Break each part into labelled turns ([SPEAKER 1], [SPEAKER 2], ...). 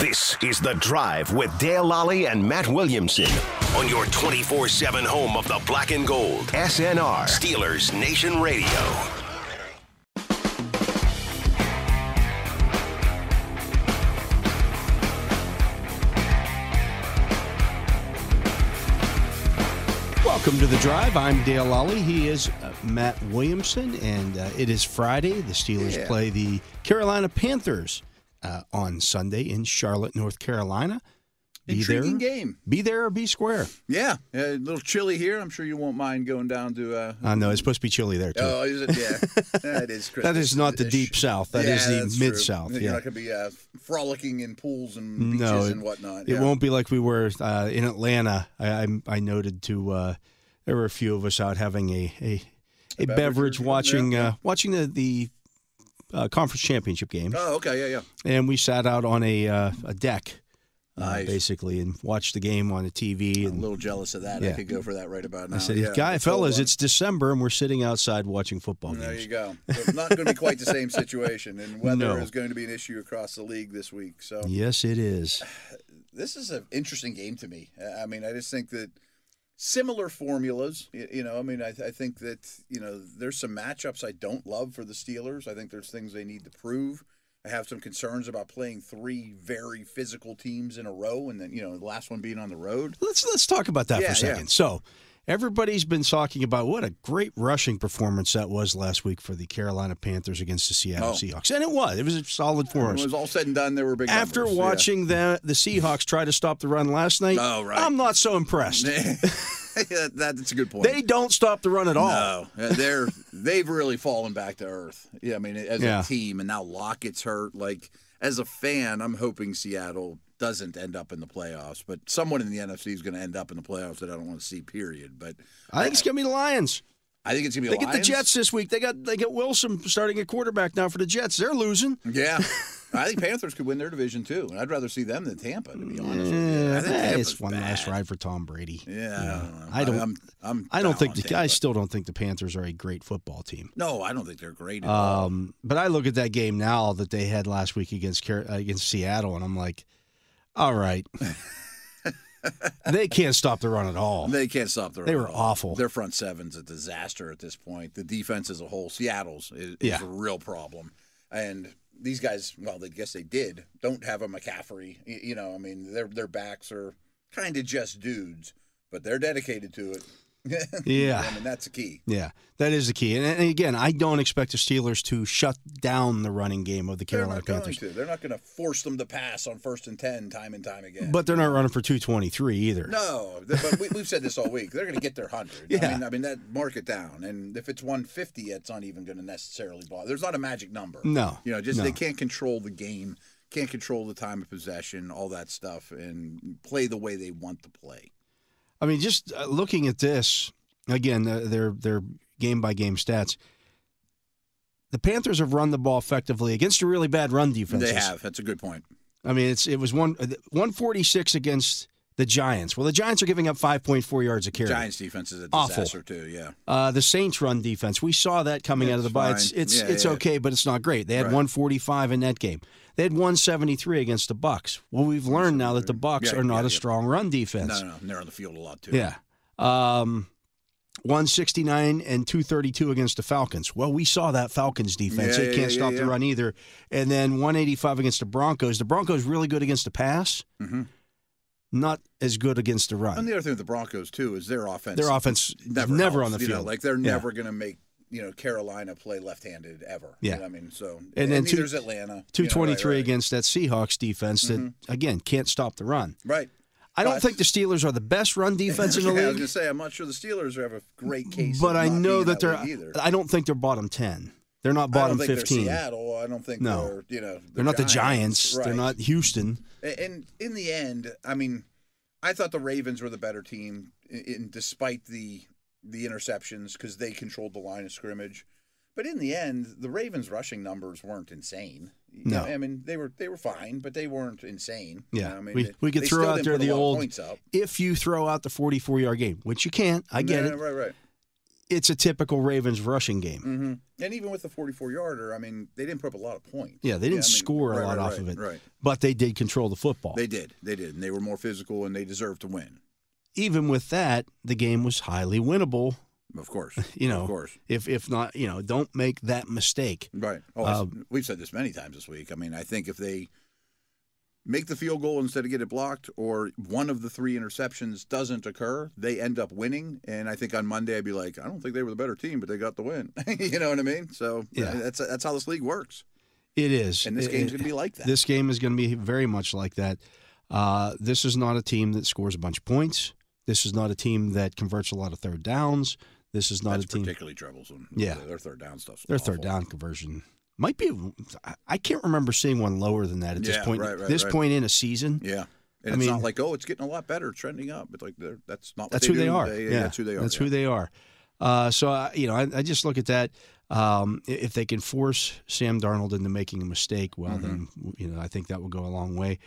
[SPEAKER 1] This is The Drive with Dale Lally and Matt Williamson on your 24 7 home of the black and gold. SNR, Steelers Nation Radio.
[SPEAKER 2] Welcome to the drive. I'm Dale Lally. He is uh, Matt Williamson, and uh, it is Friday. The Steelers play the Carolina Panthers uh, on Sunday in Charlotte, North Carolina. Be
[SPEAKER 3] Intriguing
[SPEAKER 2] there,
[SPEAKER 3] game.
[SPEAKER 2] Be there or be square.
[SPEAKER 3] Yeah, a little chilly here. I'm sure you won't mind going down to. Uh,
[SPEAKER 2] I know it's supposed to be chilly there too.
[SPEAKER 3] oh, is it? Yeah, that is. Chris.
[SPEAKER 2] That is not the deep south. That is the
[SPEAKER 3] that's true.
[SPEAKER 2] mid-south, yeah.
[SPEAKER 3] You're not going to be uh, frolicking in pools and beaches
[SPEAKER 2] No, it-
[SPEAKER 3] and whatnot.
[SPEAKER 2] It
[SPEAKER 3] yeah.
[SPEAKER 2] won't be like we were uh, in Atlanta. I, I, I noted to uh, there were a few of us out having a a, a,
[SPEAKER 3] beverage or
[SPEAKER 2] beverage,
[SPEAKER 3] something,
[SPEAKER 2] watching
[SPEAKER 3] yeah, yeah.
[SPEAKER 2] uh, watching the the uh, conference championship game,
[SPEAKER 3] Oh, okay, yeah, yeah.
[SPEAKER 2] and we sat out on a uh, a deck,
[SPEAKER 3] Nice.
[SPEAKER 2] uh, basically, and watched the game on the TV.
[SPEAKER 3] I'm a
[SPEAKER 2] And
[SPEAKER 3] little jealous of that. I
[SPEAKER 2] Yeah.
[SPEAKER 3] could go for that right about now.
[SPEAKER 2] I said,
[SPEAKER 3] yeah,
[SPEAKER 2] "Guy,
[SPEAKER 3] it's cold
[SPEAKER 2] fellas,
[SPEAKER 3] one.
[SPEAKER 2] it's December, and we're sitting outside watching football
[SPEAKER 3] There
[SPEAKER 2] games."
[SPEAKER 3] you go. So not going to be quite the same situation, and weather
[SPEAKER 2] No.
[SPEAKER 3] is going to be an issue across the league this week. So
[SPEAKER 2] Yes, it is.
[SPEAKER 3] this is an interesting game to me. I- I mean, I just think that similar formulas. y- You know, I mean, I, I think that you know there's some matchups I don't love for the Steelers. I think there's things they need to prove. I have some concerns about playing three very physical teams in a row, and then you know the last one being on the road.
[SPEAKER 2] Let's let's talk about that for
[SPEAKER 3] Yeah,
[SPEAKER 2] a second.
[SPEAKER 3] yeah.
[SPEAKER 2] So, everybody's been talking about what a great rushing performance that was last week for the Carolina Panthers against the Seattle
[SPEAKER 3] Oh.
[SPEAKER 2] Seahawks, and it was it was a solid
[SPEAKER 3] When it
[SPEAKER 2] performance.
[SPEAKER 3] was all said and done, there were big
[SPEAKER 2] After
[SPEAKER 3] numbers, yeah.
[SPEAKER 2] watching the the Seahawks try to stop the run last night,
[SPEAKER 3] Oh, right.
[SPEAKER 2] I'm not so impressed.
[SPEAKER 3] Yeah, that, that's a good point.
[SPEAKER 2] they don't stop the run at all.
[SPEAKER 3] No, Uh, they're they've really fallen back to earth. Yeah, I mean, as
[SPEAKER 2] Yeah.
[SPEAKER 3] a team, and now Lockett's hurt. Like as a fan, I'm hoping Seattle doesn't end up in the playoffs, but someone in the NFC is going to end up in the playoffs that I don't want to see. Period. But
[SPEAKER 2] I think it's gonna be the Lions.
[SPEAKER 3] I think it's going to
[SPEAKER 2] They
[SPEAKER 3] be
[SPEAKER 2] get the
[SPEAKER 3] Lions.
[SPEAKER 2] Jets this week. They got they got Wilson starting at quarterback now for the Jets. They're losing.
[SPEAKER 3] Yeah. I think Panthers could win their division too, and I'd rather see them than Tampa. To be honest, with you. I
[SPEAKER 2] Eh,
[SPEAKER 3] think
[SPEAKER 2] it's
[SPEAKER 3] Tampa's
[SPEAKER 2] one
[SPEAKER 3] bad.
[SPEAKER 2] last ride for Tom Brady.
[SPEAKER 3] Yeah,
[SPEAKER 2] I don't-
[SPEAKER 3] I'm, I'm
[SPEAKER 2] I don't
[SPEAKER 3] down
[SPEAKER 2] think
[SPEAKER 3] on
[SPEAKER 2] the
[SPEAKER 3] Tampa.
[SPEAKER 2] I still don't think the Panthers are a great football team.
[SPEAKER 3] No, I don't think they're great. At all.
[SPEAKER 2] Um, but I look at that game now that they had last week against Car- uh, against Seattle, and I'm like, all right, they can't stop the run at all.
[SPEAKER 3] They can't stop the run.
[SPEAKER 2] They were
[SPEAKER 3] at all.
[SPEAKER 2] awful.
[SPEAKER 3] Their front seven's a disaster at this point. The defense as a whole, Seattle's is, is
[SPEAKER 2] Yeah.
[SPEAKER 3] a real problem. And these guys, well, they guess they did. Don't have a McCaffrey. Y- You know, I mean, their their backs are kind of just dudes, but they're dedicated to it.
[SPEAKER 2] Yeah,
[SPEAKER 3] I mean, that's the key.
[SPEAKER 2] yeah, that is the key. And, and again, I don't expect the Steelers to shut down the running game of the Carolina
[SPEAKER 3] they're not
[SPEAKER 2] Panthers,
[SPEAKER 3] going to. They're not going to force them to pass on first and ten time and time again.
[SPEAKER 2] but they're not running for 223 either.
[SPEAKER 3] No, th- but we, we've said this all week. They're going to get their hundred.
[SPEAKER 2] Yeah.
[SPEAKER 3] I mean, I mean that mark it down. And if it's one fifty, it's not even going to necessarily bother. There's not a magic number.
[SPEAKER 2] No,
[SPEAKER 3] you know, just they
[SPEAKER 2] Mm. no.
[SPEAKER 3] can't control the game, can't control the time of possession, all that stuff, and play the way they want to play.
[SPEAKER 2] I mean, just uh, looking at this again, uh, their their game by game stats. The Panthers have run the ball effectively against a really bad run defense.
[SPEAKER 3] They
[SPEAKER 2] this
[SPEAKER 3] have. That's a good point.
[SPEAKER 2] I mean, it's it was one uh, one forty six against the Giants. Well, the Giants are giving up five point four yards a carry.
[SPEAKER 3] Giants defense is a
[SPEAKER 2] Awful.
[SPEAKER 3] disaster too. Yeah,
[SPEAKER 2] Uh, the Saints run defense. We saw that coming out of the
[SPEAKER 3] It's
[SPEAKER 2] bye.
[SPEAKER 3] fine.
[SPEAKER 2] It's it's
[SPEAKER 3] Yeah,
[SPEAKER 2] it's
[SPEAKER 3] yeah.
[SPEAKER 2] okay, but it's not great. They had
[SPEAKER 3] Right.
[SPEAKER 2] one forty five in that game. They had one seventy three against the Bucks. Well, we've learned now that the Bucks
[SPEAKER 3] Yeah,
[SPEAKER 2] are not
[SPEAKER 3] yeah,
[SPEAKER 2] a
[SPEAKER 3] yeah.
[SPEAKER 2] strong run defense.
[SPEAKER 3] no, no, no, they're on the field a lot too.
[SPEAKER 2] Yeah. Um, 169 and 232 against the Falcons. Well, we saw that Falcons defense.
[SPEAKER 3] Yeah,
[SPEAKER 2] it
[SPEAKER 3] yeah,
[SPEAKER 2] can't
[SPEAKER 3] yeah,
[SPEAKER 2] stop the
[SPEAKER 3] yeah.
[SPEAKER 2] run either. And then 185 against the Broncos. The Broncos really good against the pass,
[SPEAKER 3] Mhm.
[SPEAKER 2] not as good against the run.
[SPEAKER 3] And the other thing with the Broncos too is their offense.
[SPEAKER 2] Their offense never,
[SPEAKER 3] never
[SPEAKER 2] never
[SPEAKER 3] helps,
[SPEAKER 2] on the
[SPEAKER 3] you
[SPEAKER 2] field.
[SPEAKER 3] know, like they're
[SPEAKER 2] Yeah.
[SPEAKER 3] never going to make you know Carolina play left-handed ever.
[SPEAKER 2] Yeah.
[SPEAKER 3] You know what I mean, so and,
[SPEAKER 2] then two-
[SPEAKER 3] there's Atlanta
[SPEAKER 2] 223
[SPEAKER 3] you know, right,
[SPEAKER 2] against that Seahawks defense that, again, can't stop the run.
[SPEAKER 3] right. Right.
[SPEAKER 2] I don't
[SPEAKER 3] But-
[SPEAKER 2] think the Steelers are the best run defense in
[SPEAKER 3] Yeah,
[SPEAKER 2] the
[SPEAKER 3] I was
[SPEAKER 2] league,
[SPEAKER 3] going to say I'm not sure the Steelers have a great case.
[SPEAKER 2] but
[SPEAKER 3] of
[SPEAKER 2] I
[SPEAKER 3] not
[SPEAKER 2] know
[SPEAKER 3] being
[SPEAKER 2] that
[SPEAKER 3] that
[SPEAKER 2] they're,
[SPEAKER 3] way either.
[SPEAKER 2] I don't think they're bottom 10. They're not
[SPEAKER 3] I don't
[SPEAKER 2] bottom
[SPEAKER 3] think
[SPEAKER 2] 15.
[SPEAKER 3] they're Seattle. I don't think
[SPEAKER 2] No.
[SPEAKER 3] they're you know
[SPEAKER 2] They're not the Giants. They're
[SPEAKER 3] Right.
[SPEAKER 2] not Houston.
[SPEAKER 3] A- And in the end, I mean, I thought the Ravens were the better team, in, in despite the the interceptions because they controlled the line of scrimmage. But in the end, the Ravens' rushing numbers weren't insane. You
[SPEAKER 2] No.
[SPEAKER 3] know, I mean they were they were fine, but they weren't insane. You
[SPEAKER 2] Yeah.
[SPEAKER 3] know, I mean
[SPEAKER 2] We-
[SPEAKER 3] they-
[SPEAKER 2] we could
[SPEAKER 3] they
[SPEAKER 2] throw
[SPEAKER 3] still
[SPEAKER 2] out
[SPEAKER 3] didn't
[SPEAKER 2] there
[SPEAKER 3] put a
[SPEAKER 2] the
[SPEAKER 3] lot of
[SPEAKER 2] old-
[SPEAKER 3] points up.
[SPEAKER 2] If you throw out the 44 yard game, which you can't, I get
[SPEAKER 3] No,
[SPEAKER 2] it.
[SPEAKER 3] Right, right.
[SPEAKER 2] it's a typical Ravens rushing game.
[SPEAKER 3] hmm And even with the 44 yarder, I mean, they didn't put up a lot of points.
[SPEAKER 2] Yeah, they didn't
[SPEAKER 3] I mean,
[SPEAKER 2] score a
[SPEAKER 3] right,
[SPEAKER 2] lot
[SPEAKER 3] right,
[SPEAKER 2] off
[SPEAKER 3] right,
[SPEAKER 2] of it,
[SPEAKER 3] Right.
[SPEAKER 2] but they did control the football.
[SPEAKER 3] They did. They did. And they were more physical and they deserved to win.
[SPEAKER 2] Even with that, the game was highly winnable.
[SPEAKER 3] Of course.
[SPEAKER 2] You know,
[SPEAKER 3] Of course.
[SPEAKER 2] if if not, you know, don't make that mistake.
[SPEAKER 3] Right. Oh, I s-
[SPEAKER 2] Um,
[SPEAKER 3] we've said this many times this week. I mean, I think if they make the field goal instead of get it blocked, or one of the three interceptions doesn't occur, they end up winning. And I think on Monday I'd be like, I don't think they were the better team, but they got the win. you know what I mean? So
[SPEAKER 2] Yeah.
[SPEAKER 3] uh, that's that's how this league works.
[SPEAKER 2] It is,
[SPEAKER 3] And this
[SPEAKER 2] It-
[SPEAKER 3] game's
[SPEAKER 2] it-
[SPEAKER 3] gonna be like that.
[SPEAKER 2] This game is going to be very much like that. Uh, this is not a team that scores a bunch of points. This is not a team that converts a lot of third downs. This is not
[SPEAKER 3] that's
[SPEAKER 2] a team.
[SPEAKER 3] particularly troublesome.
[SPEAKER 2] Yeah.
[SPEAKER 3] their third down stuff's
[SPEAKER 2] Their
[SPEAKER 3] awful.
[SPEAKER 2] third down conversion might be. I- I can't remember seeing one lower than that at this
[SPEAKER 3] Yeah,
[SPEAKER 2] point.
[SPEAKER 3] right, right,
[SPEAKER 2] this
[SPEAKER 3] right.
[SPEAKER 2] point in a season,
[SPEAKER 3] Yeah. And
[SPEAKER 2] I
[SPEAKER 3] it's
[SPEAKER 2] mean-
[SPEAKER 3] not like, oh, it's getting a lot better, trending up. It's like they're- that's not what
[SPEAKER 2] that's
[SPEAKER 3] they
[SPEAKER 2] who they
[SPEAKER 3] do.
[SPEAKER 2] are.
[SPEAKER 3] They-
[SPEAKER 2] yeah,
[SPEAKER 3] That's who they are.
[SPEAKER 2] That's
[SPEAKER 3] yeah.
[SPEAKER 2] who they are. Uh, so I, you know, I, I just look at that. Um, i- if they can force Sam Darnold into making a mistake, well, then
[SPEAKER 3] Mm-hmm.
[SPEAKER 2] you know, I think that will go a long way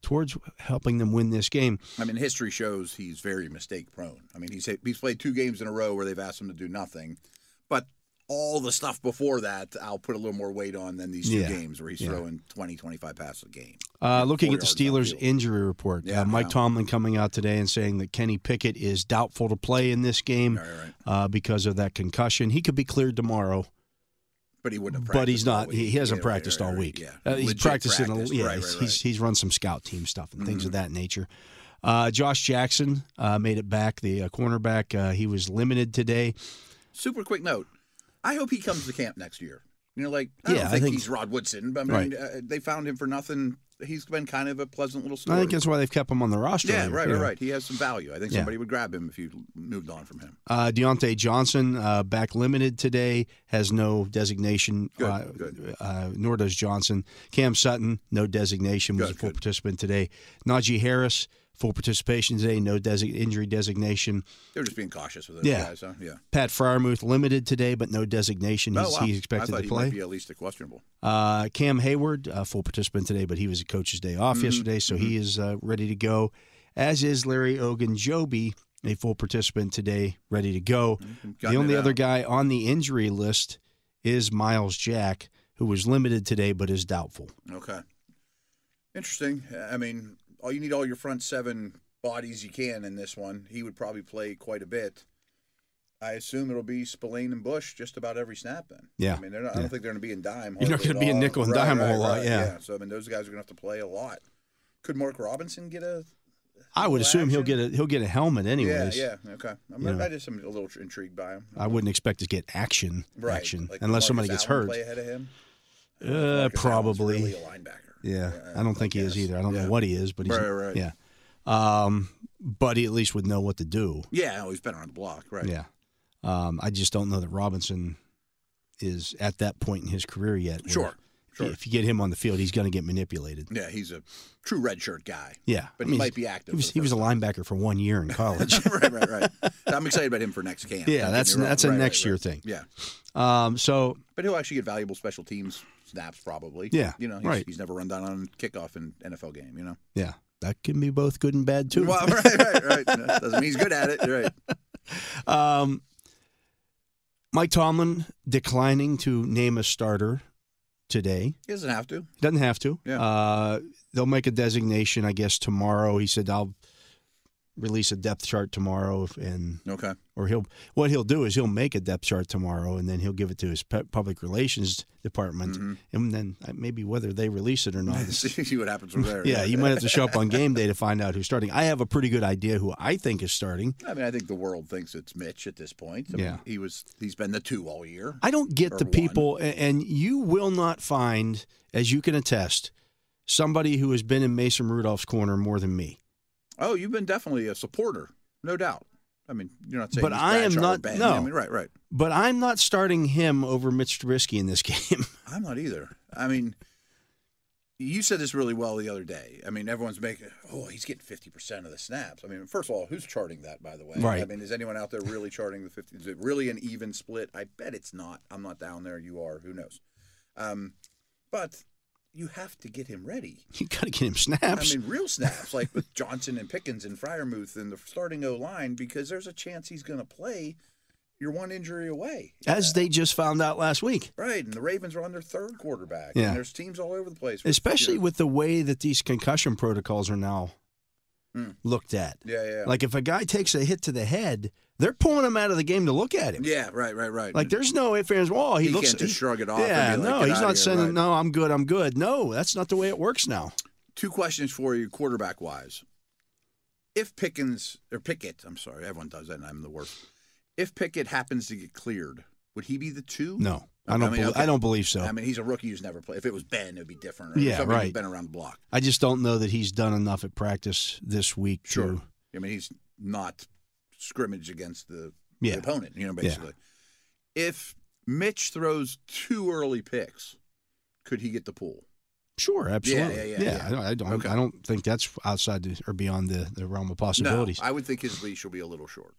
[SPEAKER 2] towards helping them win this game.
[SPEAKER 3] I mean, history shows he's very mistake prone. I mean, he's he's played two games in a row where they've asked him to do nothing, but all the stuff before that, I'll put a little more weight on than these two
[SPEAKER 2] Yeah.
[SPEAKER 3] games where he's
[SPEAKER 2] Yeah.
[SPEAKER 3] throwing 20, 25 passes a game.
[SPEAKER 2] Uh, looking
[SPEAKER 3] four
[SPEAKER 2] at the
[SPEAKER 3] yards
[SPEAKER 2] Steelers'
[SPEAKER 3] downfield.
[SPEAKER 2] injury report,
[SPEAKER 3] Yeah,
[SPEAKER 2] uh, Mike
[SPEAKER 3] yeah.
[SPEAKER 2] Tomlin coming out today and saying that Kenny Pickett is doubtful to play in this game
[SPEAKER 3] All right,
[SPEAKER 2] uh, because of that concussion. He could be cleared tomorrow.
[SPEAKER 3] but he wouldn't. Have
[SPEAKER 2] but he's
[SPEAKER 3] practiced all
[SPEAKER 2] not. He,
[SPEAKER 3] week.
[SPEAKER 2] he hasn't
[SPEAKER 3] Yeah, right,
[SPEAKER 2] practiced
[SPEAKER 3] right,
[SPEAKER 2] all
[SPEAKER 3] right,
[SPEAKER 2] week.
[SPEAKER 3] Yeah,
[SPEAKER 2] Uh, he's
[SPEAKER 3] Legit
[SPEAKER 2] practicing. A,
[SPEAKER 3] practice.
[SPEAKER 2] yeah,
[SPEAKER 3] right,
[SPEAKER 2] he's,
[SPEAKER 3] right, Mm-hmm.
[SPEAKER 2] he's
[SPEAKER 3] right.
[SPEAKER 2] he's run some scout team stuff and things of that nature. Uh, Josh Jackson uh, made it back. The uh, cornerback uh, he was limited today.
[SPEAKER 3] Super quick note: I hope he comes to camp next year. You know, like I
[SPEAKER 2] Yeah,
[SPEAKER 3] don't
[SPEAKER 2] I
[SPEAKER 3] think,
[SPEAKER 2] think-
[SPEAKER 3] he's Rod Woodson, but I mean,
[SPEAKER 2] Right.
[SPEAKER 3] uh, they found him for nothing. He's been kind of a pleasant little story.
[SPEAKER 2] I think that's why they've kept him on the roster.
[SPEAKER 3] yeah,
[SPEAKER 2] here,
[SPEAKER 3] right,
[SPEAKER 2] you
[SPEAKER 3] right,
[SPEAKER 2] know.
[SPEAKER 3] right. He has some value. I think
[SPEAKER 2] Yeah.
[SPEAKER 3] somebody would grab him if you moved on from him.
[SPEAKER 2] Uh, Deontay Johnson uh, back limited today has no designation.
[SPEAKER 3] Good,
[SPEAKER 2] uh,
[SPEAKER 3] good.
[SPEAKER 2] Uh, nor does Johnson. Cam Sutton no designation was
[SPEAKER 3] Good,
[SPEAKER 2] a full
[SPEAKER 3] good.
[SPEAKER 2] participant today. Najee Harris full participation today. No desi- injury designation.
[SPEAKER 3] They're just being cautious with those
[SPEAKER 2] Yeah.
[SPEAKER 3] guys, huh? Yeah.
[SPEAKER 2] Pat Fryermuth limited today, but no designation. He's,
[SPEAKER 3] oh, wow.
[SPEAKER 2] he's
[SPEAKER 3] I
[SPEAKER 2] expected
[SPEAKER 3] thought
[SPEAKER 2] to
[SPEAKER 3] he
[SPEAKER 2] play.
[SPEAKER 3] Might be at least a questionable.
[SPEAKER 2] uh, Cam Hayward, uh, full participant today, but he was a coach's day off
[SPEAKER 3] Mm-hmm.
[SPEAKER 2] yesterday, so he is uh, ready to go. As is Larry Ogunjobi, a full participant today, ready to go. The
[SPEAKER 3] Gutting
[SPEAKER 2] only
[SPEAKER 3] it
[SPEAKER 2] other
[SPEAKER 3] out.
[SPEAKER 2] guy on the injury list is Miles Jack, who was limited today but is doubtful.
[SPEAKER 3] Okay. Interesting. I mean, all you need all your front seven bodies you can in this one. He would probably play quite a bit. I assume it'll be Spillane and Bush just about every snap then.
[SPEAKER 2] Yeah.
[SPEAKER 3] I mean, they're not,
[SPEAKER 2] Yeah.
[SPEAKER 3] I don't think they're going to be in dime.
[SPEAKER 2] You're not
[SPEAKER 3] hardly
[SPEAKER 2] gonna
[SPEAKER 3] at
[SPEAKER 2] be in
[SPEAKER 3] all.
[SPEAKER 2] nickel and
[SPEAKER 3] Right,
[SPEAKER 2] dime a
[SPEAKER 3] right,
[SPEAKER 2] whole lot,
[SPEAKER 3] right,
[SPEAKER 2] yeah.
[SPEAKER 3] So I mean, those guys are going to have to play a lot. Could Mark Robinson get a?
[SPEAKER 2] I would
[SPEAKER 3] Well,
[SPEAKER 2] assume he'll get
[SPEAKER 3] actually-
[SPEAKER 2] a he'll get a helmet anyways.
[SPEAKER 3] yeah, yeah. Okay. I'm,
[SPEAKER 2] you know.
[SPEAKER 3] I just am a little intrigued by him.
[SPEAKER 2] I wouldn't expect to get action
[SPEAKER 3] Right.
[SPEAKER 2] action
[SPEAKER 3] Like,
[SPEAKER 2] unless
[SPEAKER 3] Marcus
[SPEAKER 2] somebody gets
[SPEAKER 3] Allen
[SPEAKER 2] hurt.
[SPEAKER 3] Play ahead of him.
[SPEAKER 2] Uh,
[SPEAKER 3] Marcus Allen's
[SPEAKER 2] probably.
[SPEAKER 3] really a linebacker.
[SPEAKER 2] Yeah,
[SPEAKER 3] Uh,
[SPEAKER 2] I don't think he is
[SPEAKER 3] guess.
[SPEAKER 2] either. I don't
[SPEAKER 3] Yeah.
[SPEAKER 2] know what he is, but he's
[SPEAKER 3] Right, right.
[SPEAKER 2] yeah. Um, but he at least would know what to do.
[SPEAKER 3] Yeah, oh, he's been on the block, right?
[SPEAKER 2] Yeah. Um, I just don't know that Robinson is at that point in his career yet. where
[SPEAKER 3] Sure, sure.
[SPEAKER 2] If you get him on the field, he's going to get manipulated.
[SPEAKER 3] Yeah, he's a true redshirt guy,
[SPEAKER 2] Yeah,
[SPEAKER 3] but
[SPEAKER 2] I
[SPEAKER 3] he
[SPEAKER 2] mean,
[SPEAKER 3] might be active.
[SPEAKER 2] He was he was a linebacker for one year in college.
[SPEAKER 3] a right, right, right. I'm excited about him for next camp.
[SPEAKER 2] yeah,
[SPEAKER 3] don't get
[SPEAKER 2] that's
[SPEAKER 3] me wrong.
[SPEAKER 2] that's a
[SPEAKER 3] Right, right,
[SPEAKER 2] next
[SPEAKER 3] right.
[SPEAKER 2] year thing.
[SPEAKER 3] Yeah,
[SPEAKER 2] Um, so
[SPEAKER 3] but he'll actually get valuable special teams snaps probably.
[SPEAKER 2] Yeah,
[SPEAKER 3] you know, he's,
[SPEAKER 2] right.
[SPEAKER 3] he's never run down on kickoff in NFL game. You know,
[SPEAKER 2] yeah, that can be both good and bad too.
[SPEAKER 3] Well, right, right, right. No, Doesn't mean he's good at it, right?
[SPEAKER 2] Um, Mike Tomlin declining to name a starter today.
[SPEAKER 3] He doesn't have to.
[SPEAKER 2] Doesn't have to.
[SPEAKER 3] Yeah.
[SPEAKER 2] Uh, they'll make a designation, I guess, tomorrow. He said I'll release a depth chart tomorrow, if- and
[SPEAKER 3] Okay,
[SPEAKER 2] or he'll what he'll do is he'll make a depth chart tomorrow, and then he'll give it to his pu- public relations department, and then uh, maybe whether they release it or not. is-
[SPEAKER 3] Mm-hmm. see what happens from there.
[SPEAKER 2] yeah, you might have to show up on game day to find out who's starting. I have a pretty good idea who I think is starting.
[SPEAKER 3] I mean, I think the world thinks it's Mitch at this point. I mean,
[SPEAKER 2] Yeah.
[SPEAKER 3] he was. He's been the two all year.
[SPEAKER 2] I don't get
[SPEAKER 3] Or
[SPEAKER 2] the
[SPEAKER 3] one.
[SPEAKER 2] people, a- and you will not find, as you can attest, somebody who has been in Mason Rudolph's corner more than me.
[SPEAKER 3] Oh, you've been definitely a supporter, no doubt. I mean, you're not saying,
[SPEAKER 2] But
[SPEAKER 3] he's
[SPEAKER 2] I am
[SPEAKER 3] Bradshaw or
[SPEAKER 2] not-
[SPEAKER 3] Bad.
[SPEAKER 2] no.
[SPEAKER 3] I mean, right, right.
[SPEAKER 2] But I'm not starting him over Mitch Trubisky in this game.
[SPEAKER 3] I'm not either. I mean, you said this really well the other day. I mean, everyone's making, oh, he's getting 50 percent of the snaps. I mean, first of all, who's charting that, by the way?
[SPEAKER 2] Right.
[SPEAKER 3] I mean, is anyone out there really charting the 50? Is it really an even split? I bet it's not. I'm not down there. You are. Who knows? Um, but you have to get him ready.
[SPEAKER 2] you got to get him snaps.
[SPEAKER 3] I mean, real snaps, like with Johnson and Pickens and Fryermuth and the starting O line, because there's a chance he's going to play. you're one injury away.
[SPEAKER 2] as they just found out last week.
[SPEAKER 3] Right, and the Ravens are on their third quarterback.
[SPEAKER 2] Yeah.
[SPEAKER 3] And there's teams all over the place.
[SPEAKER 2] Especially with the way that these concussion protocols are now
[SPEAKER 3] Hmm.
[SPEAKER 2] looked at.
[SPEAKER 3] Yeah, yeah.
[SPEAKER 2] Like if a guy takes a hit to the head, they're pulling him out of the game to look at him.
[SPEAKER 3] yeah, right, right, right.
[SPEAKER 2] Like there's no if ands. Well, he,
[SPEAKER 3] He
[SPEAKER 2] looks
[SPEAKER 3] can't just shrug it off and
[SPEAKER 2] Yeah,
[SPEAKER 3] be like,
[SPEAKER 2] no,
[SPEAKER 3] "Get
[SPEAKER 2] he's
[SPEAKER 3] outta
[SPEAKER 2] not
[SPEAKER 3] here,"
[SPEAKER 2] sending.
[SPEAKER 3] right.
[SPEAKER 2] No, I'm good. I'm good. No, that's not the way it works now.
[SPEAKER 3] Two questions for you, quarterback wise. If Pickens or Pickett, I'm sorry, everyone does that, and I'm the worst. If Pickett happens to get cleared, would he be the two?
[SPEAKER 2] No, I
[SPEAKER 3] Okay,
[SPEAKER 2] don't.
[SPEAKER 3] I mean,
[SPEAKER 2] bel-
[SPEAKER 3] okay.
[SPEAKER 2] I don't believe so.
[SPEAKER 3] I mean, he's a rookie who's never played. If it was Ben, it'd be different. Or
[SPEAKER 2] Yeah,
[SPEAKER 3] somebody who's
[SPEAKER 2] right.
[SPEAKER 3] Been around the block.
[SPEAKER 2] I just don't know that he's done enough at practice this week.
[SPEAKER 3] Sure.
[SPEAKER 2] To,
[SPEAKER 3] I mean, he's not scrimmage against the, the
[SPEAKER 2] yeah,
[SPEAKER 3] opponent, you know,
[SPEAKER 2] Yeah.
[SPEAKER 3] basically. If Mitch throws two early picks, could he get the pull?
[SPEAKER 2] sure, absolutely.
[SPEAKER 3] yeah, yeah.
[SPEAKER 2] I don't. I don't,
[SPEAKER 3] Okay.
[SPEAKER 2] I don't think that's outside the, or beyond the, the realm of
[SPEAKER 3] No,
[SPEAKER 2] possibilities.
[SPEAKER 3] I would think his leash will be a little short.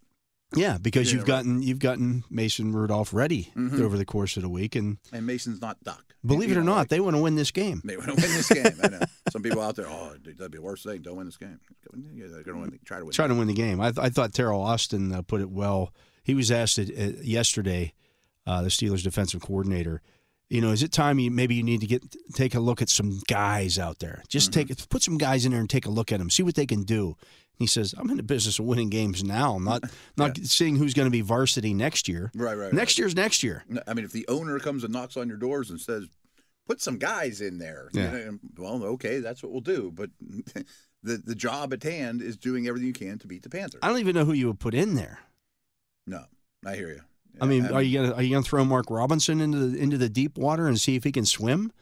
[SPEAKER 2] yeah, because
[SPEAKER 3] Yeah,
[SPEAKER 2] you've
[SPEAKER 3] right.
[SPEAKER 2] gotten you've gotten Mason Rudolph ready
[SPEAKER 3] Mhm.
[SPEAKER 2] over the course of the week, and
[SPEAKER 3] And Mason's not Duck.
[SPEAKER 2] believe
[SPEAKER 3] You
[SPEAKER 2] it or
[SPEAKER 3] know,
[SPEAKER 2] not,
[SPEAKER 3] like,
[SPEAKER 2] they want to win this game.
[SPEAKER 3] they want to win this game. I know some people out there. Oh, dude, that'd be the worst thing. Don't win this game. Yeah, they're going to win. Try to win.
[SPEAKER 2] trying to win the game. I, I thought Terrell Austin uh, put it well. He was asked it, uh, yesterday, uh, the Steelers' defensive coordinator. You know, is it time you maybe you need to get take a look at some guys out there? Just
[SPEAKER 3] Mm-hmm.
[SPEAKER 2] take put some guys in there and take a look at them, see what they can do. And he says, "I'm in the business of winning games now, not not seeing who's going to be varsity next year.
[SPEAKER 3] Right, right.
[SPEAKER 2] Next year's next year.
[SPEAKER 3] No, I mean, if the owner comes and knocks on your doors and says, "Put some guys in there," you
[SPEAKER 2] Yeah.
[SPEAKER 3] know, and, well, okay, that's what we'll do. But the the job at hand is doing everything you can to beat the Panthers.
[SPEAKER 2] I don't even know who you would put in there.
[SPEAKER 3] no, I hear you.
[SPEAKER 2] I mean,
[SPEAKER 3] Yeah,
[SPEAKER 2] are you gonna are you gonna throw Mark Robinson into the into the deep water and see if he can swim?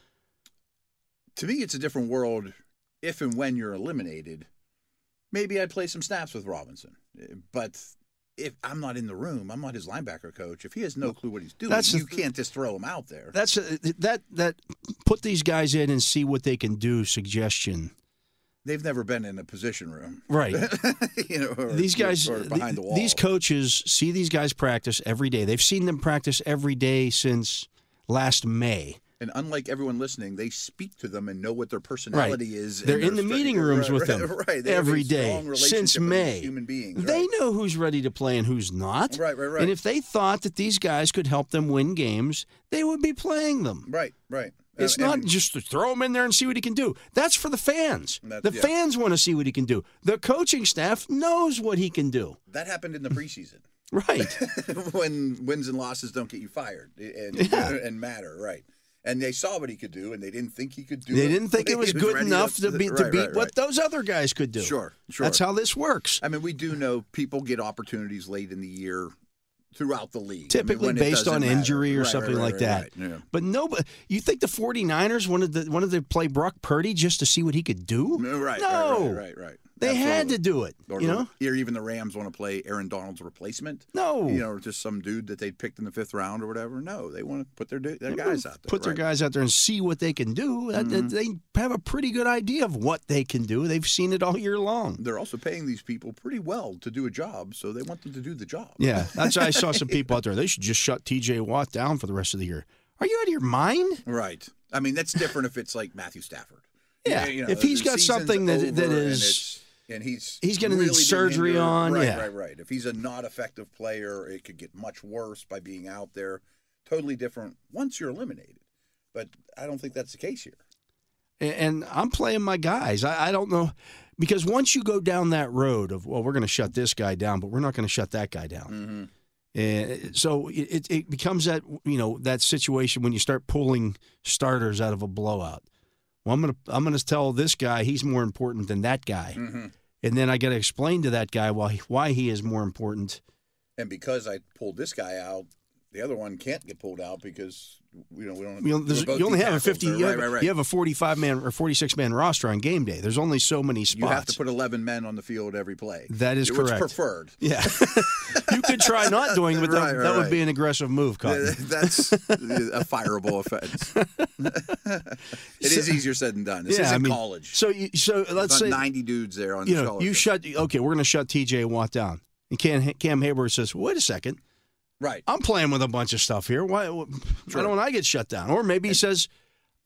[SPEAKER 3] to me, it's a different world if and when you're eliminated. Maybe I'd play some snaps with Robinson, eh, but if I'm not in the room, I'm not his linebacker coach. If he has no clue what he's doing,
[SPEAKER 2] That's the
[SPEAKER 3] you
[SPEAKER 2] th-
[SPEAKER 3] can't just throw him out there.
[SPEAKER 2] That's a, that that put these guys in and see what they can do. Suggestion,
[SPEAKER 3] They've never been in a position room,
[SPEAKER 2] right?
[SPEAKER 3] you know, or-
[SPEAKER 2] these guys,
[SPEAKER 3] or behind the
[SPEAKER 2] th-
[SPEAKER 3] wall.
[SPEAKER 2] these coaches see these guys practice every day. They've seen them practice every day since last May.
[SPEAKER 3] And unlike everyone listening, they speak to them and know what their personality is. and
[SPEAKER 2] They're in
[SPEAKER 3] their
[SPEAKER 2] the
[SPEAKER 3] str-
[SPEAKER 2] meeting rooms
[SPEAKER 3] right,
[SPEAKER 2] with them
[SPEAKER 3] right, right. They have
[SPEAKER 2] every
[SPEAKER 3] a strong
[SPEAKER 2] day
[SPEAKER 3] relationship
[SPEAKER 2] since
[SPEAKER 3] with these
[SPEAKER 2] May.
[SPEAKER 3] Human beings,
[SPEAKER 2] They
[SPEAKER 3] right.
[SPEAKER 2] know who's ready to play and who's not.
[SPEAKER 3] Right, right, right.
[SPEAKER 2] And if they thought that these guys could help them win games, they would be playing them.
[SPEAKER 3] right, right. Uh,
[SPEAKER 2] It's
[SPEAKER 3] And-
[SPEAKER 2] not
[SPEAKER 3] and-
[SPEAKER 2] just to throw him in there and see what he can do. That's for the fans.
[SPEAKER 3] That-
[SPEAKER 2] the
[SPEAKER 3] yeah.
[SPEAKER 2] fans want to see what he can do. The coaching staff knows what he can do.
[SPEAKER 3] that happened in the preseason
[SPEAKER 2] Right.
[SPEAKER 3] when wins and losses don't get you fired and
[SPEAKER 2] Yeah.
[SPEAKER 3] and matter, right? And they saw what he could do, and they didn't think he could do.
[SPEAKER 2] they
[SPEAKER 3] it.
[SPEAKER 2] didn't think
[SPEAKER 3] He
[SPEAKER 2] it was good
[SPEAKER 3] ready
[SPEAKER 2] enough to, be, to
[SPEAKER 3] right,
[SPEAKER 2] beat
[SPEAKER 3] right,
[SPEAKER 2] what
[SPEAKER 3] right.
[SPEAKER 2] those other guys could do.
[SPEAKER 3] Sure, sure.
[SPEAKER 2] That's how this works.
[SPEAKER 3] I mean, we do know people get opportunities late in the year throughout the league, I mean,
[SPEAKER 2] Typically
[SPEAKER 3] when it
[SPEAKER 2] based on
[SPEAKER 3] doesn't matter.
[SPEAKER 2] injury or
[SPEAKER 3] Right, right,
[SPEAKER 2] something
[SPEAKER 3] right,
[SPEAKER 2] like
[SPEAKER 3] right,
[SPEAKER 2] that.
[SPEAKER 3] right, yeah.
[SPEAKER 2] But nobody, you think the 49ers wanted to, wanted to play Brock Purdy just to see what he could do?
[SPEAKER 3] Right, right,
[SPEAKER 2] No.
[SPEAKER 3] right, right, right.
[SPEAKER 2] They had
[SPEAKER 3] Absolutely.
[SPEAKER 2] to do it.
[SPEAKER 3] or,
[SPEAKER 2] you know?
[SPEAKER 3] or even the Rams want to play Aaron Donald's replacement.
[SPEAKER 2] No.
[SPEAKER 3] You know, or just some dude that they picked in the fifth round or whatever. No, they want to put their du- their guys out there.
[SPEAKER 2] Put their
[SPEAKER 3] right? Mm-hmm.
[SPEAKER 2] guys out there and see what they can do. That- that- They have a pretty good idea of what they can do. They've seen it all year long.
[SPEAKER 3] They're also paying these people pretty well to do a job, so they want them to do the job.
[SPEAKER 2] Yeah, that's I saw some people out there. They should just shut T.J. Watt down for the rest of the year. Are you out of your mind?
[SPEAKER 3] Right. I mean, that's different if it's like Matthew Stafford.
[SPEAKER 2] Yeah,
[SPEAKER 3] You know,
[SPEAKER 2] if he's
[SPEAKER 3] the
[SPEAKER 2] got
[SPEAKER 3] season's
[SPEAKER 2] something that-
[SPEAKER 3] over
[SPEAKER 2] that
[SPEAKER 3] and
[SPEAKER 2] is-
[SPEAKER 3] it's- And, he's
[SPEAKER 2] he's gonna need
[SPEAKER 3] really being
[SPEAKER 2] surgery
[SPEAKER 3] injured.
[SPEAKER 2] on,
[SPEAKER 3] Right,
[SPEAKER 2] yeah.
[SPEAKER 3] right, right. If he's a not effective player, it could get much worse by being out there. Totally different once you're eliminated. But I don't think that's the case here.
[SPEAKER 2] A- And I'm playing my guys. I, I don't know because once you go down that road of well, we're going to shut this guy down, but we're not going to shut that guy down.
[SPEAKER 3] Mm-hmm.
[SPEAKER 2] And Uh, so it, it- it becomes that you know that situation when you start pulling starters out of a blowout. Well, I'm gonna I'm gonna tell this guy he's more important than that guy,
[SPEAKER 3] Mm-hmm.
[SPEAKER 2] and then I got to explain to that guy why why he is more important.
[SPEAKER 3] and because I pulled this guy out, the other one can't get pulled out because you know we don't.
[SPEAKER 2] You, know,
[SPEAKER 3] we're
[SPEAKER 2] there's,
[SPEAKER 3] both
[SPEAKER 2] you only have a
[SPEAKER 3] D-tackles,
[SPEAKER 2] 50
[SPEAKER 3] or-
[SPEAKER 2] you,
[SPEAKER 3] right,
[SPEAKER 2] have,
[SPEAKER 3] right, right.
[SPEAKER 2] you have a 45 man or 46 man roster on game day there's only so many spots
[SPEAKER 3] You have to put eleven men on the field every play.
[SPEAKER 2] That is
[SPEAKER 3] It's
[SPEAKER 2] correct.
[SPEAKER 3] preferred.
[SPEAKER 2] yeah you could try not doing it but
[SPEAKER 3] Right,
[SPEAKER 2] that,
[SPEAKER 3] right,
[SPEAKER 2] that would
[SPEAKER 3] right.
[SPEAKER 2] be an aggressive move Cotton.
[SPEAKER 3] That's a fireable offense. it is easier said than done. This
[SPEAKER 2] yeah
[SPEAKER 3] is in
[SPEAKER 2] I mean
[SPEAKER 3] college.
[SPEAKER 2] so you, so let's
[SPEAKER 3] About
[SPEAKER 2] say
[SPEAKER 3] ninety dudes there on
[SPEAKER 2] you
[SPEAKER 3] the
[SPEAKER 2] know you
[SPEAKER 3] scholarship.
[SPEAKER 2] shut okay we're going to shut TJ Watt down and Cam, Cam Haber says wait a second
[SPEAKER 3] right.
[SPEAKER 2] I'm playing with a bunch of stuff here why why
[SPEAKER 3] Sure.
[SPEAKER 2] don't I get shut down or maybe he says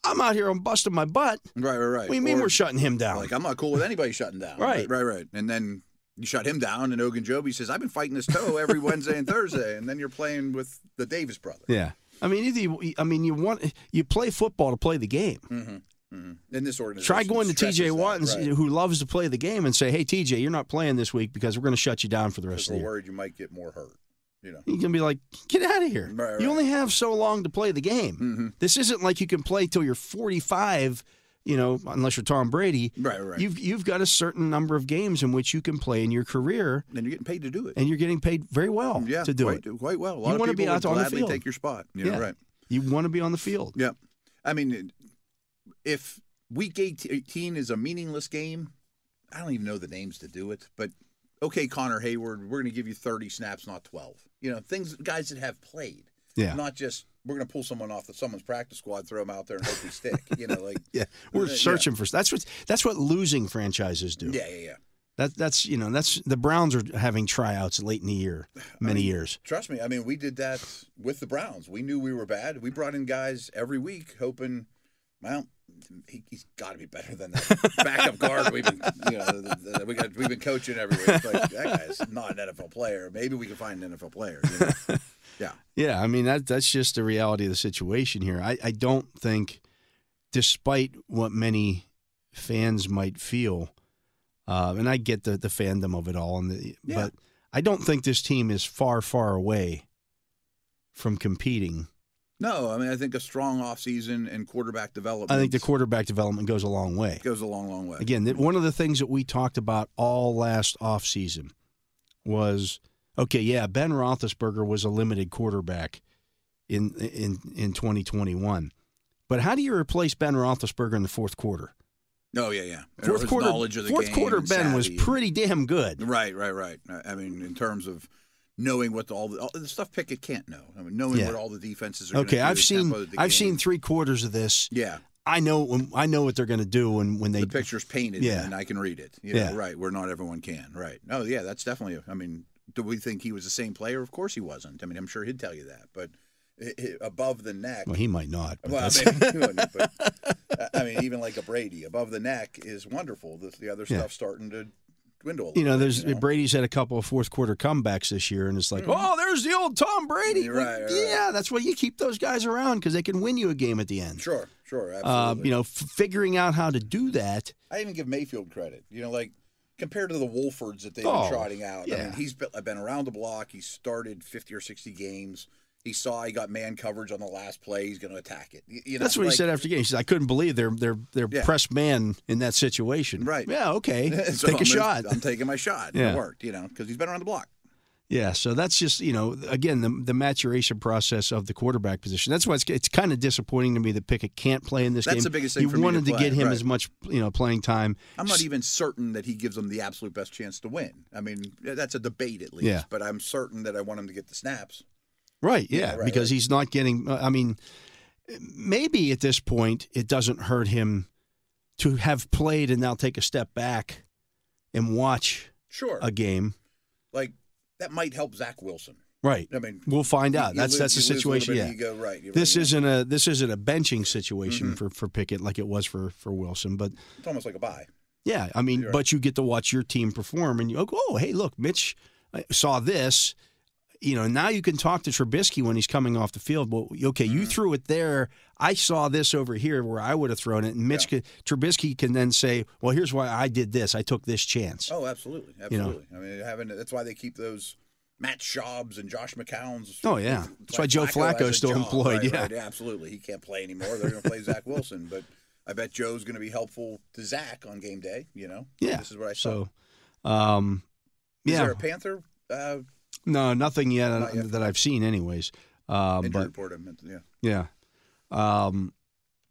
[SPEAKER 2] I'm out here I'm busting my butt
[SPEAKER 3] Right. Right. Right.
[SPEAKER 2] what do you mean
[SPEAKER 3] Or,
[SPEAKER 2] we're shutting him down
[SPEAKER 3] like I'm not cool with anybody shutting down.
[SPEAKER 2] Right.
[SPEAKER 3] Right. Right. And then you shut him down, and Ogunjobi says, "I've been fighting this toe every Wednesday and Thursday," and then you're playing with the Davis brother.
[SPEAKER 2] Yeah. I mean, either you, I mean, you want you play football to play the game.
[SPEAKER 3] Mm-hmm. In this organization,
[SPEAKER 2] Try going to
[SPEAKER 3] stresses
[SPEAKER 2] TJ
[SPEAKER 3] that,
[SPEAKER 2] Watt, and s-
[SPEAKER 3] right.
[SPEAKER 2] who loves to play the game, and say, "Hey, TJ, you're not playing this week because we're going to shut you down for the rest
[SPEAKER 3] 'Cause
[SPEAKER 2] of the
[SPEAKER 3] we're
[SPEAKER 2] year."
[SPEAKER 3] worried you might get more hurt. You know,
[SPEAKER 2] You're going to be like, "Get out of here!
[SPEAKER 3] Right, Mm-hmm.
[SPEAKER 2] You
[SPEAKER 3] right.
[SPEAKER 2] only have so long to play the game. This isn't like you can play till you're 45. You know, unless you're Tom Brady,
[SPEAKER 3] right, right.
[SPEAKER 2] you've you've got a certain number of games in which you can play in your career,
[SPEAKER 3] and you're getting paid to do it.
[SPEAKER 2] and you're getting paid very well
[SPEAKER 3] yeah,
[SPEAKER 2] to do
[SPEAKER 3] quite,
[SPEAKER 2] it.
[SPEAKER 3] quite well. A lot
[SPEAKER 2] wanna
[SPEAKER 3] of
[SPEAKER 2] be
[SPEAKER 3] people
[SPEAKER 2] out
[SPEAKER 3] would
[SPEAKER 2] on the
[SPEAKER 3] gladly
[SPEAKER 2] field.
[SPEAKER 3] take your spot. Yeah,
[SPEAKER 2] Yeah.
[SPEAKER 3] right.
[SPEAKER 2] You want to be on the field.
[SPEAKER 3] Yeah, I mean, it- if Week 18 is a meaningless game, I don't even know the names to do it. But okay, Connor Hayward, we're going to give you 30 snaps, not 12. You know, things guys that have played,
[SPEAKER 2] Yeah.
[SPEAKER 3] not just we're going to pull someone off the someone's practice squad, throw them out there, and hope they stick. You know, like
[SPEAKER 2] Yeah, we're
[SPEAKER 3] Yeah.
[SPEAKER 2] searching for that's what that's what losing franchises do.
[SPEAKER 3] yeah, yeah, yeah.
[SPEAKER 2] That that's you know that's the Browns are having tryouts late in the year, many years.
[SPEAKER 3] Trust me. I mean, we did that with the Browns. We knew we were bad. We brought in guys every week, hoping, well, he, he's got to be better than that backup guard. We've been, you know, the, the, we got we've been coaching everywhere. It's like that guy's not an NFL player. Maybe we can find an NFL player. you know? Yeah,
[SPEAKER 2] Yeah, I mean that that's just the reality of the situation here. I, I don't think, despite what many fans might feel, uh, and I get the the fandom of it all, and the,
[SPEAKER 3] Yeah.
[SPEAKER 2] but I don't think this team is far far away from competing.
[SPEAKER 3] no, I mean, I think a strong offseason and quarterback development.
[SPEAKER 2] I think the quarterback development goes a long way.
[SPEAKER 3] goes a long, long way.
[SPEAKER 2] Again, that one of the things that we talked about all last offseason was okay, yeah, Ben Roethlisberger was a limited quarterback in in in 2021. But how do you replace Ben Roethlisberger in the fourth quarter?
[SPEAKER 3] No, Oh, yeah, yeah. Or
[SPEAKER 2] Fourth
[SPEAKER 3] his
[SPEAKER 2] quarter,
[SPEAKER 3] knowledge of the
[SPEAKER 2] fourth
[SPEAKER 3] game
[SPEAKER 2] quarter
[SPEAKER 3] and
[SPEAKER 2] Ben was
[SPEAKER 3] savvy and-
[SPEAKER 2] pretty damn good.
[SPEAKER 3] Right, right, right. Uh, I- I mean, in terms of knowing what the, all, the, all the stuff Pickett can't know. I mean, knowing
[SPEAKER 2] Yeah.
[SPEAKER 3] what all the defenses are.
[SPEAKER 2] Okay,
[SPEAKER 3] gonna do,
[SPEAKER 2] I've
[SPEAKER 3] the
[SPEAKER 2] seen
[SPEAKER 3] tempo of the
[SPEAKER 2] I've
[SPEAKER 3] game.
[SPEAKER 2] seen three quarters of this.
[SPEAKER 3] Yeah,
[SPEAKER 2] I know when, I know what they're going to do when when they
[SPEAKER 3] the picture's painted,
[SPEAKER 2] Yeah.
[SPEAKER 3] and I can read it. You
[SPEAKER 2] Yeah.
[SPEAKER 3] know, right, where not everyone can. Right. No, yeah, that's definitely. a- I mean, do we think he was the same player? Of course he wasn't. I mean, I'm sure he'd tell you that. But i i- above the neck.
[SPEAKER 2] well he might not. but
[SPEAKER 3] Well,
[SPEAKER 2] that's-
[SPEAKER 3] maybe he wouldn't, but I- I mean, even like a Brady, above the neck is wonderful. The, the other
[SPEAKER 2] Yeah.
[SPEAKER 3] stuff's starting to dwindle. A
[SPEAKER 2] you know,
[SPEAKER 3] little bit,
[SPEAKER 2] there's Brady's had a couple of fourth quarter comebacks this year, and it's like, oh, there's the old Tom Brady.
[SPEAKER 3] Mm-hmm. You're right,
[SPEAKER 2] Like,
[SPEAKER 3] you're right.
[SPEAKER 2] yeah, that's why you keep those guys around because they can win you a game at the end.
[SPEAKER 3] Sure, sure, absolutely.
[SPEAKER 2] Uh, you know, f- figuring out how to do that.
[SPEAKER 3] I even give Mayfield credit. You know, like compared to the Wolfords that they've
[SPEAKER 2] Oh,
[SPEAKER 3] been trotting out. I
[SPEAKER 2] yeah.
[SPEAKER 3] mean, he's been, been around the block. He's started 50 or 60 games. He saw he got man coverage on the last play. He's going to attack it. Y- You know,
[SPEAKER 2] That's what he
[SPEAKER 3] like-
[SPEAKER 2] said after the game. He said, "I couldn't believe they're they're they're
[SPEAKER 3] Yeah.
[SPEAKER 2] pressed man in that situation."
[SPEAKER 3] Right.
[SPEAKER 2] Yeah. Okay.
[SPEAKER 3] So
[SPEAKER 2] Take
[SPEAKER 3] I'm
[SPEAKER 2] a shot.
[SPEAKER 3] I'm taking my shot.
[SPEAKER 2] Yeah.
[SPEAKER 3] It worked, you know, because he's been around the block.
[SPEAKER 2] Yeah, so that's just you know again the the maturation process of the quarterback position. That's why it's, it's kind of disappointing to me that Pickett can't play in this
[SPEAKER 3] That's
[SPEAKER 2] game.
[SPEAKER 3] the biggest thing
[SPEAKER 2] You
[SPEAKER 3] for me to
[SPEAKER 2] wanted to,
[SPEAKER 3] play,
[SPEAKER 2] get him
[SPEAKER 3] right.
[SPEAKER 2] as much you know playing time.
[SPEAKER 3] I'm not even certain that he gives them the absolute best chance to win. I mean, that's a debate at least.
[SPEAKER 2] Yeah.
[SPEAKER 3] But I'm certain that I want him to get the snaps.
[SPEAKER 2] Right, yeah,
[SPEAKER 3] Yeah, right,
[SPEAKER 2] because he's not getting. uh, I mean, maybe at this point it doesn't hurt him to have played and now take a step back and watch
[SPEAKER 3] Sure.
[SPEAKER 2] a game.
[SPEAKER 3] like that might help Zach Wilson.
[SPEAKER 2] Right,
[SPEAKER 3] I mean,
[SPEAKER 2] we'll find
[SPEAKER 3] you-
[SPEAKER 2] out.
[SPEAKER 3] you
[SPEAKER 2] that's
[SPEAKER 3] lose-
[SPEAKER 2] that's the
[SPEAKER 3] you lose a little
[SPEAKER 2] situation.
[SPEAKER 3] bit
[SPEAKER 2] Yeah,
[SPEAKER 3] of ego, right, you're
[SPEAKER 2] this
[SPEAKER 3] right.
[SPEAKER 2] isn't
[SPEAKER 3] Mm-hmm.
[SPEAKER 2] a this isn't a benching situation for for Pickett like it was for for Wilson, but.
[SPEAKER 3] It's almost like a buy.
[SPEAKER 2] Yeah, I mean, but you get to watch your team perform, and you go, oh, hey, look, Mitch uh, saw this. You know, now you can talk to Trubisky when he's coming off the field. Well, okay,
[SPEAKER 3] Mm-hmm.
[SPEAKER 2] you threw it there. I saw this over here where I would have thrown it, and Mitch could, Trubisky can then say, well, here's why I did this. I took this chance.
[SPEAKER 3] Oh, absolutely, absolutely. I mean, having that's why they keep those Matt Schaubs and Josh McCown's.
[SPEAKER 2] Oh, yeah. That's why Joe Flacco's
[SPEAKER 3] has a
[SPEAKER 2] still
[SPEAKER 3] job,
[SPEAKER 2] employed,
[SPEAKER 3] right,
[SPEAKER 2] yeah.
[SPEAKER 3] right, absolutely. He can't play anymore. They're going to play Zach Wilson, but I bet Joe's going to be helpful to Zach on game day. You know,
[SPEAKER 2] yeah,
[SPEAKER 3] This is what I saw.
[SPEAKER 2] so. Um,
[SPEAKER 3] is
[SPEAKER 2] yeah,
[SPEAKER 3] there a Panther uh,
[SPEAKER 2] no, nothing yet,
[SPEAKER 3] Not yet.
[SPEAKER 2] that I've seen, anyways. Uh,
[SPEAKER 3] injury
[SPEAKER 2] but
[SPEAKER 3] report? I meant, yeah.
[SPEAKER 2] yeah, um,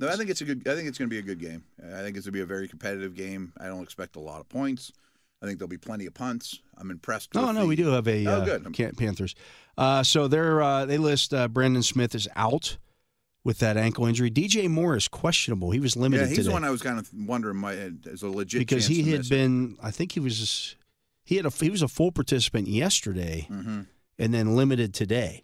[SPEAKER 3] No, I think it's a good. I think it's going to be a good game. I think it's going to be a very competitive game. I don't expect a lot of points. I think there'll be plenty of punts. I'm impressed.
[SPEAKER 2] No,
[SPEAKER 3] with
[SPEAKER 2] no,
[SPEAKER 3] the-
[SPEAKER 2] we do have a
[SPEAKER 3] Oh,
[SPEAKER 2] uh,
[SPEAKER 3] good.
[SPEAKER 2] Can- Panthers. Uh, so they're uh, they list uh, Brandon Smith is out with that ankle injury. DJ Moore is questionable. He was
[SPEAKER 3] Yeah,
[SPEAKER 2] limited
[SPEAKER 3] he's
[SPEAKER 2] today
[SPEAKER 3] the one I was kind of wondering. My is a legit
[SPEAKER 2] because
[SPEAKER 3] chance
[SPEAKER 2] he
[SPEAKER 3] to
[SPEAKER 2] had
[SPEAKER 3] miss.
[SPEAKER 2] been. I think he was he had a he was a full participant yesterday
[SPEAKER 3] Mm-hmm.
[SPEAKER 2] and then limited today.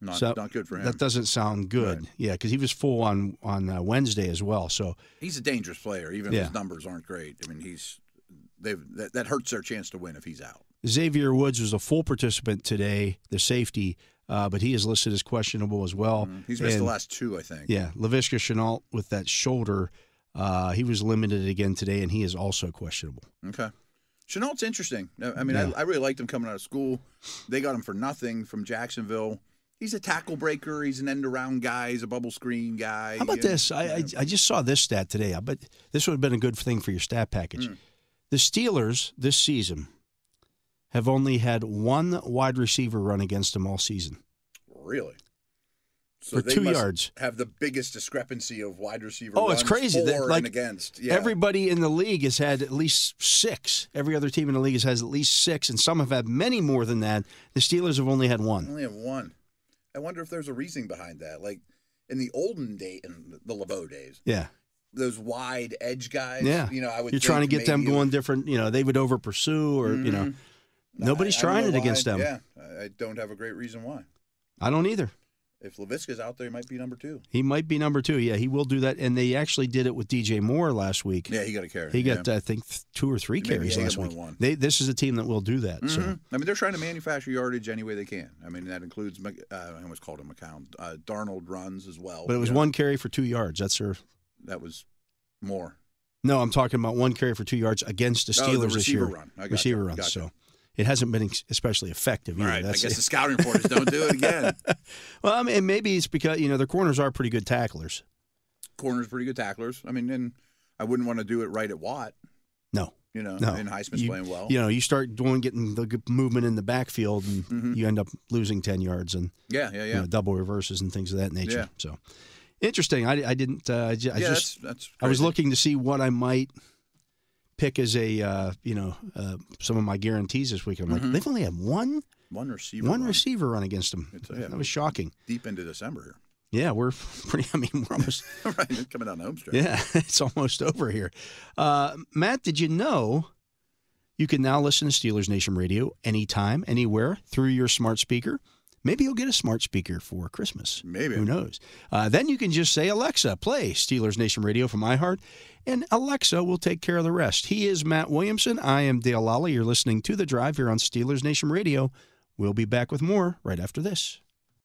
[SPEAKER 3] not,
[SPEAKER 2] so
[SPEAKER 3] not good for him.
[SPEAKER 2] That doesn't sound good. Yeah, because he was full on on uh, Wednesday as well. So
[SPEAKER 3] He's a dangerous player, even if
[SPEAKER 2] Yeah.
[SPEAKER 3] his numbers aren't great. I mean, he's they've that, that hurts their chance to win if he's out.
[SPEAKER 2] Xavier Woods was a full participant today, the safety, uh, but he is listed as questionable as well.
[SPEAKER 3] Mm-hmm. He's missed
[SPEAKER 2] And-
[SPEAKER 3] the last two, I think.
[SPEAKER 2] Yeah, Lavishka Chenault with that shoulder, uh, he was limited again today, and he is also questionable.
[SPEAKER 3] Okay. Chenault's interesting. I I mean,
[SPEAKER 2] Yeah.
[SPEAKER 3] I, I really liked him coming out of school. They got him for nothing from Jacksonville. He's a tackle breaker. He's an end around guy. He's a bubble screen guy.
[SPEAKER 2] How about
[SPEAKER 3] you know?
[SPEAKER 2] this? I, I I just saw this stat today. I bet this would have been a good thing for your stat package.
[SPEAKER 3] Mm.
[SPEAKER 2] The Steelers this season have only had one wide receiver run against them all season.
[SPEAKER 3] Really? So
[SPEAKER 2] For
[SPEAKER 3] they
[SPEAKER 2] two
[SPEAKER 3] must
[SPEAKER 2] yards.
[SPEAKER 3] Have the biggest discrepancy of wide receiver.
[SPEAKER 2] Oh, it's
[SPEAKER 3] runs
[SPEAKER 2] crazy
[SPEAKER 3] For
[SPEAKER 2] that,
[SPEAKER 3] and
[SPEAKER 2] like,
[SPEAKER 3] against. Yeah.
[SPEAKER 2] Everybody in the league has had at least six. Every other team in the league has had at least six, and some have had many more than that. The Steelers have only had
[SPEAKER 3] I
[SPEAKER 2] one.
[SPEAKER 3] only have one. I wonder if there's a reasoning behind that. Like in the olden day, in the Laveau days,
[SPEAKER 2] Yeah,
[SPEAKER 3] those wide edge guys.
[SPEAKER 2] yeah.
[SPEAKER 3] You know, I would.
[SPEAKER 2] You're trying to get
[SPEAKER 3] think
[SPEAKER 2] them
[SPEAKER 3] maybe- Mm-hmm.
[SPEAKER 2] going different. You know, they would over pursue, or you know, nobody's
[SPEAKER 3] I- I don't
[SPEAKER 2] trying it
[SPEAKER 3] know
[SPEAKER 2] against
[SPEAKER 3] why.
[SPEAKER 2] them.
[SPEAKER 3] Yeah, I- I don't have a great reason why.
[SPEAKER 2] I don't either.
[SPEAKER 3] If Lavisca's out there, he might be number two.
[SPEAKER 2] He might be number two. Yeah, he will do that. And they actually did it with DJ Moore last week.
[SPEAKER 3] Yeah, he got a carry.
[SPEAKER 2] He got,
[SPEAKER 3] yeah.
[SPEAKER 2] I think, th- two or three
[SPEAKER 3] Maybe
[SPEAKER 2] carries
[SPEAKER 3] he got
[SPEAKER 2] last
[SPEAKER 3] more
[SPEAKER 2] week.
[SPEAKER 3] than one.
[SPEAKER 2] They, this is a team that will do that. So
[SPEAKER 3] Mhm. I mean, they're trying to manufacture yardage any way they can. I mean, that includes Mc- uh, I almost called him McCown. Uh, Darnold runs as well.
[SPEAKER 2] But it was
[SPEAKER 3] Yeah,
[SPEAKER 2] one carry for two yards. That's their.
[SPEAKER 3] that was more.
[SPEAKER 2] No, I'm talking about one carry for two yards against the
[SPEAKER 3] Oh, the
[SPEAKER 2] Steelers this
[SPEAKER 3] receiver
[SPEAKER 2] year.
[SPEAKER 3] run. I gotcha,
[SPEAKER 2] Receiver runs.
[SPEAKER 3] gotcha.
[SPEAKER 2] So it hasn't been ex- especially effective.
[SPEAKER 3] All
[SPEAKER 2] Either.
[SPEAKER 3] right, I
[SPEAKER 2] That's
[SPEAKER 3] guess the scouting reporters don't do it again.
[SPEAKER 2] Well, I mean, and maybe it's because you know their corners are pretty good tacklers.
[SPEAKER 3] Corners pretty good tacklers. I mean, and I wouldn't want to do it right at Watt.
[SPEAKER 2] No,
[SPEAKER 3] You know,
[SPEAKER 2] no.
[SPEAKER 3] and Highsmith's
[SPEAKER 2] You-
[SPEAKER 3] playing well.
[SPEAKER 2] You know, you start doing getting the good movement in the backfield, and
[SPEAKER 3] Mm-hmm.
[SPEAKER 2] you end up losing ten yards and
[SPEAKER 3] yeah, yeah,
[SPEAKER 2] you
[SPEAKER 3] yeah.
[SPEAKER 2] know, double reverses and things of that nature.
[SPEAKER 3] Yeah.
[SPEAKER 2] So interesting. I, I didn't. Uh, I ju- I
[SPEAKER 3] yeah,
[SPEAKER 2] just
[SPEAKER 3] that's that's.
[SPEAKER 2] I was
[SPEAKER 3] crazy.
[SPEAKER 2] looking to see what I might pick as a uh, you know uh, some of my guarantees this week. I'm like, they've only had one
[SPEAKER 3] Mm-hmm. one receiver.
[SPEAKER 2] one
[SPEAKER 3] run
[SPEAKER 2] receiver run against them.
[SPEAKER 3] It's, yeah.
[SPEAKER 2] That was shocking.
[SPEAKER 3] deep into December
[SPEAKER 2] Yeah, we're pretty. I mean, we're almost.
[SPEAKER 3] here. right, it's coming down the home stretch.
[SPEAKER 2] yeah, it's almost over here. Uh, Matt, did you know? You can now listen to Steelers Nation Radio anytime, anywhere through your smart speaker. Maybe you'll get a smart speaker for Christmas.
[SPEAKER 3] Maybe.
[SPEAKER 2] Who knows? Uh, then you can just say, Alexa, play Steelers Nation Radio from iHeart, and Alexa will take care of the rest. He is Matt Williamson. I am Dale Lally. You're listening to The Drive here on Steelers Nation Radio. We'll be back with more right after this.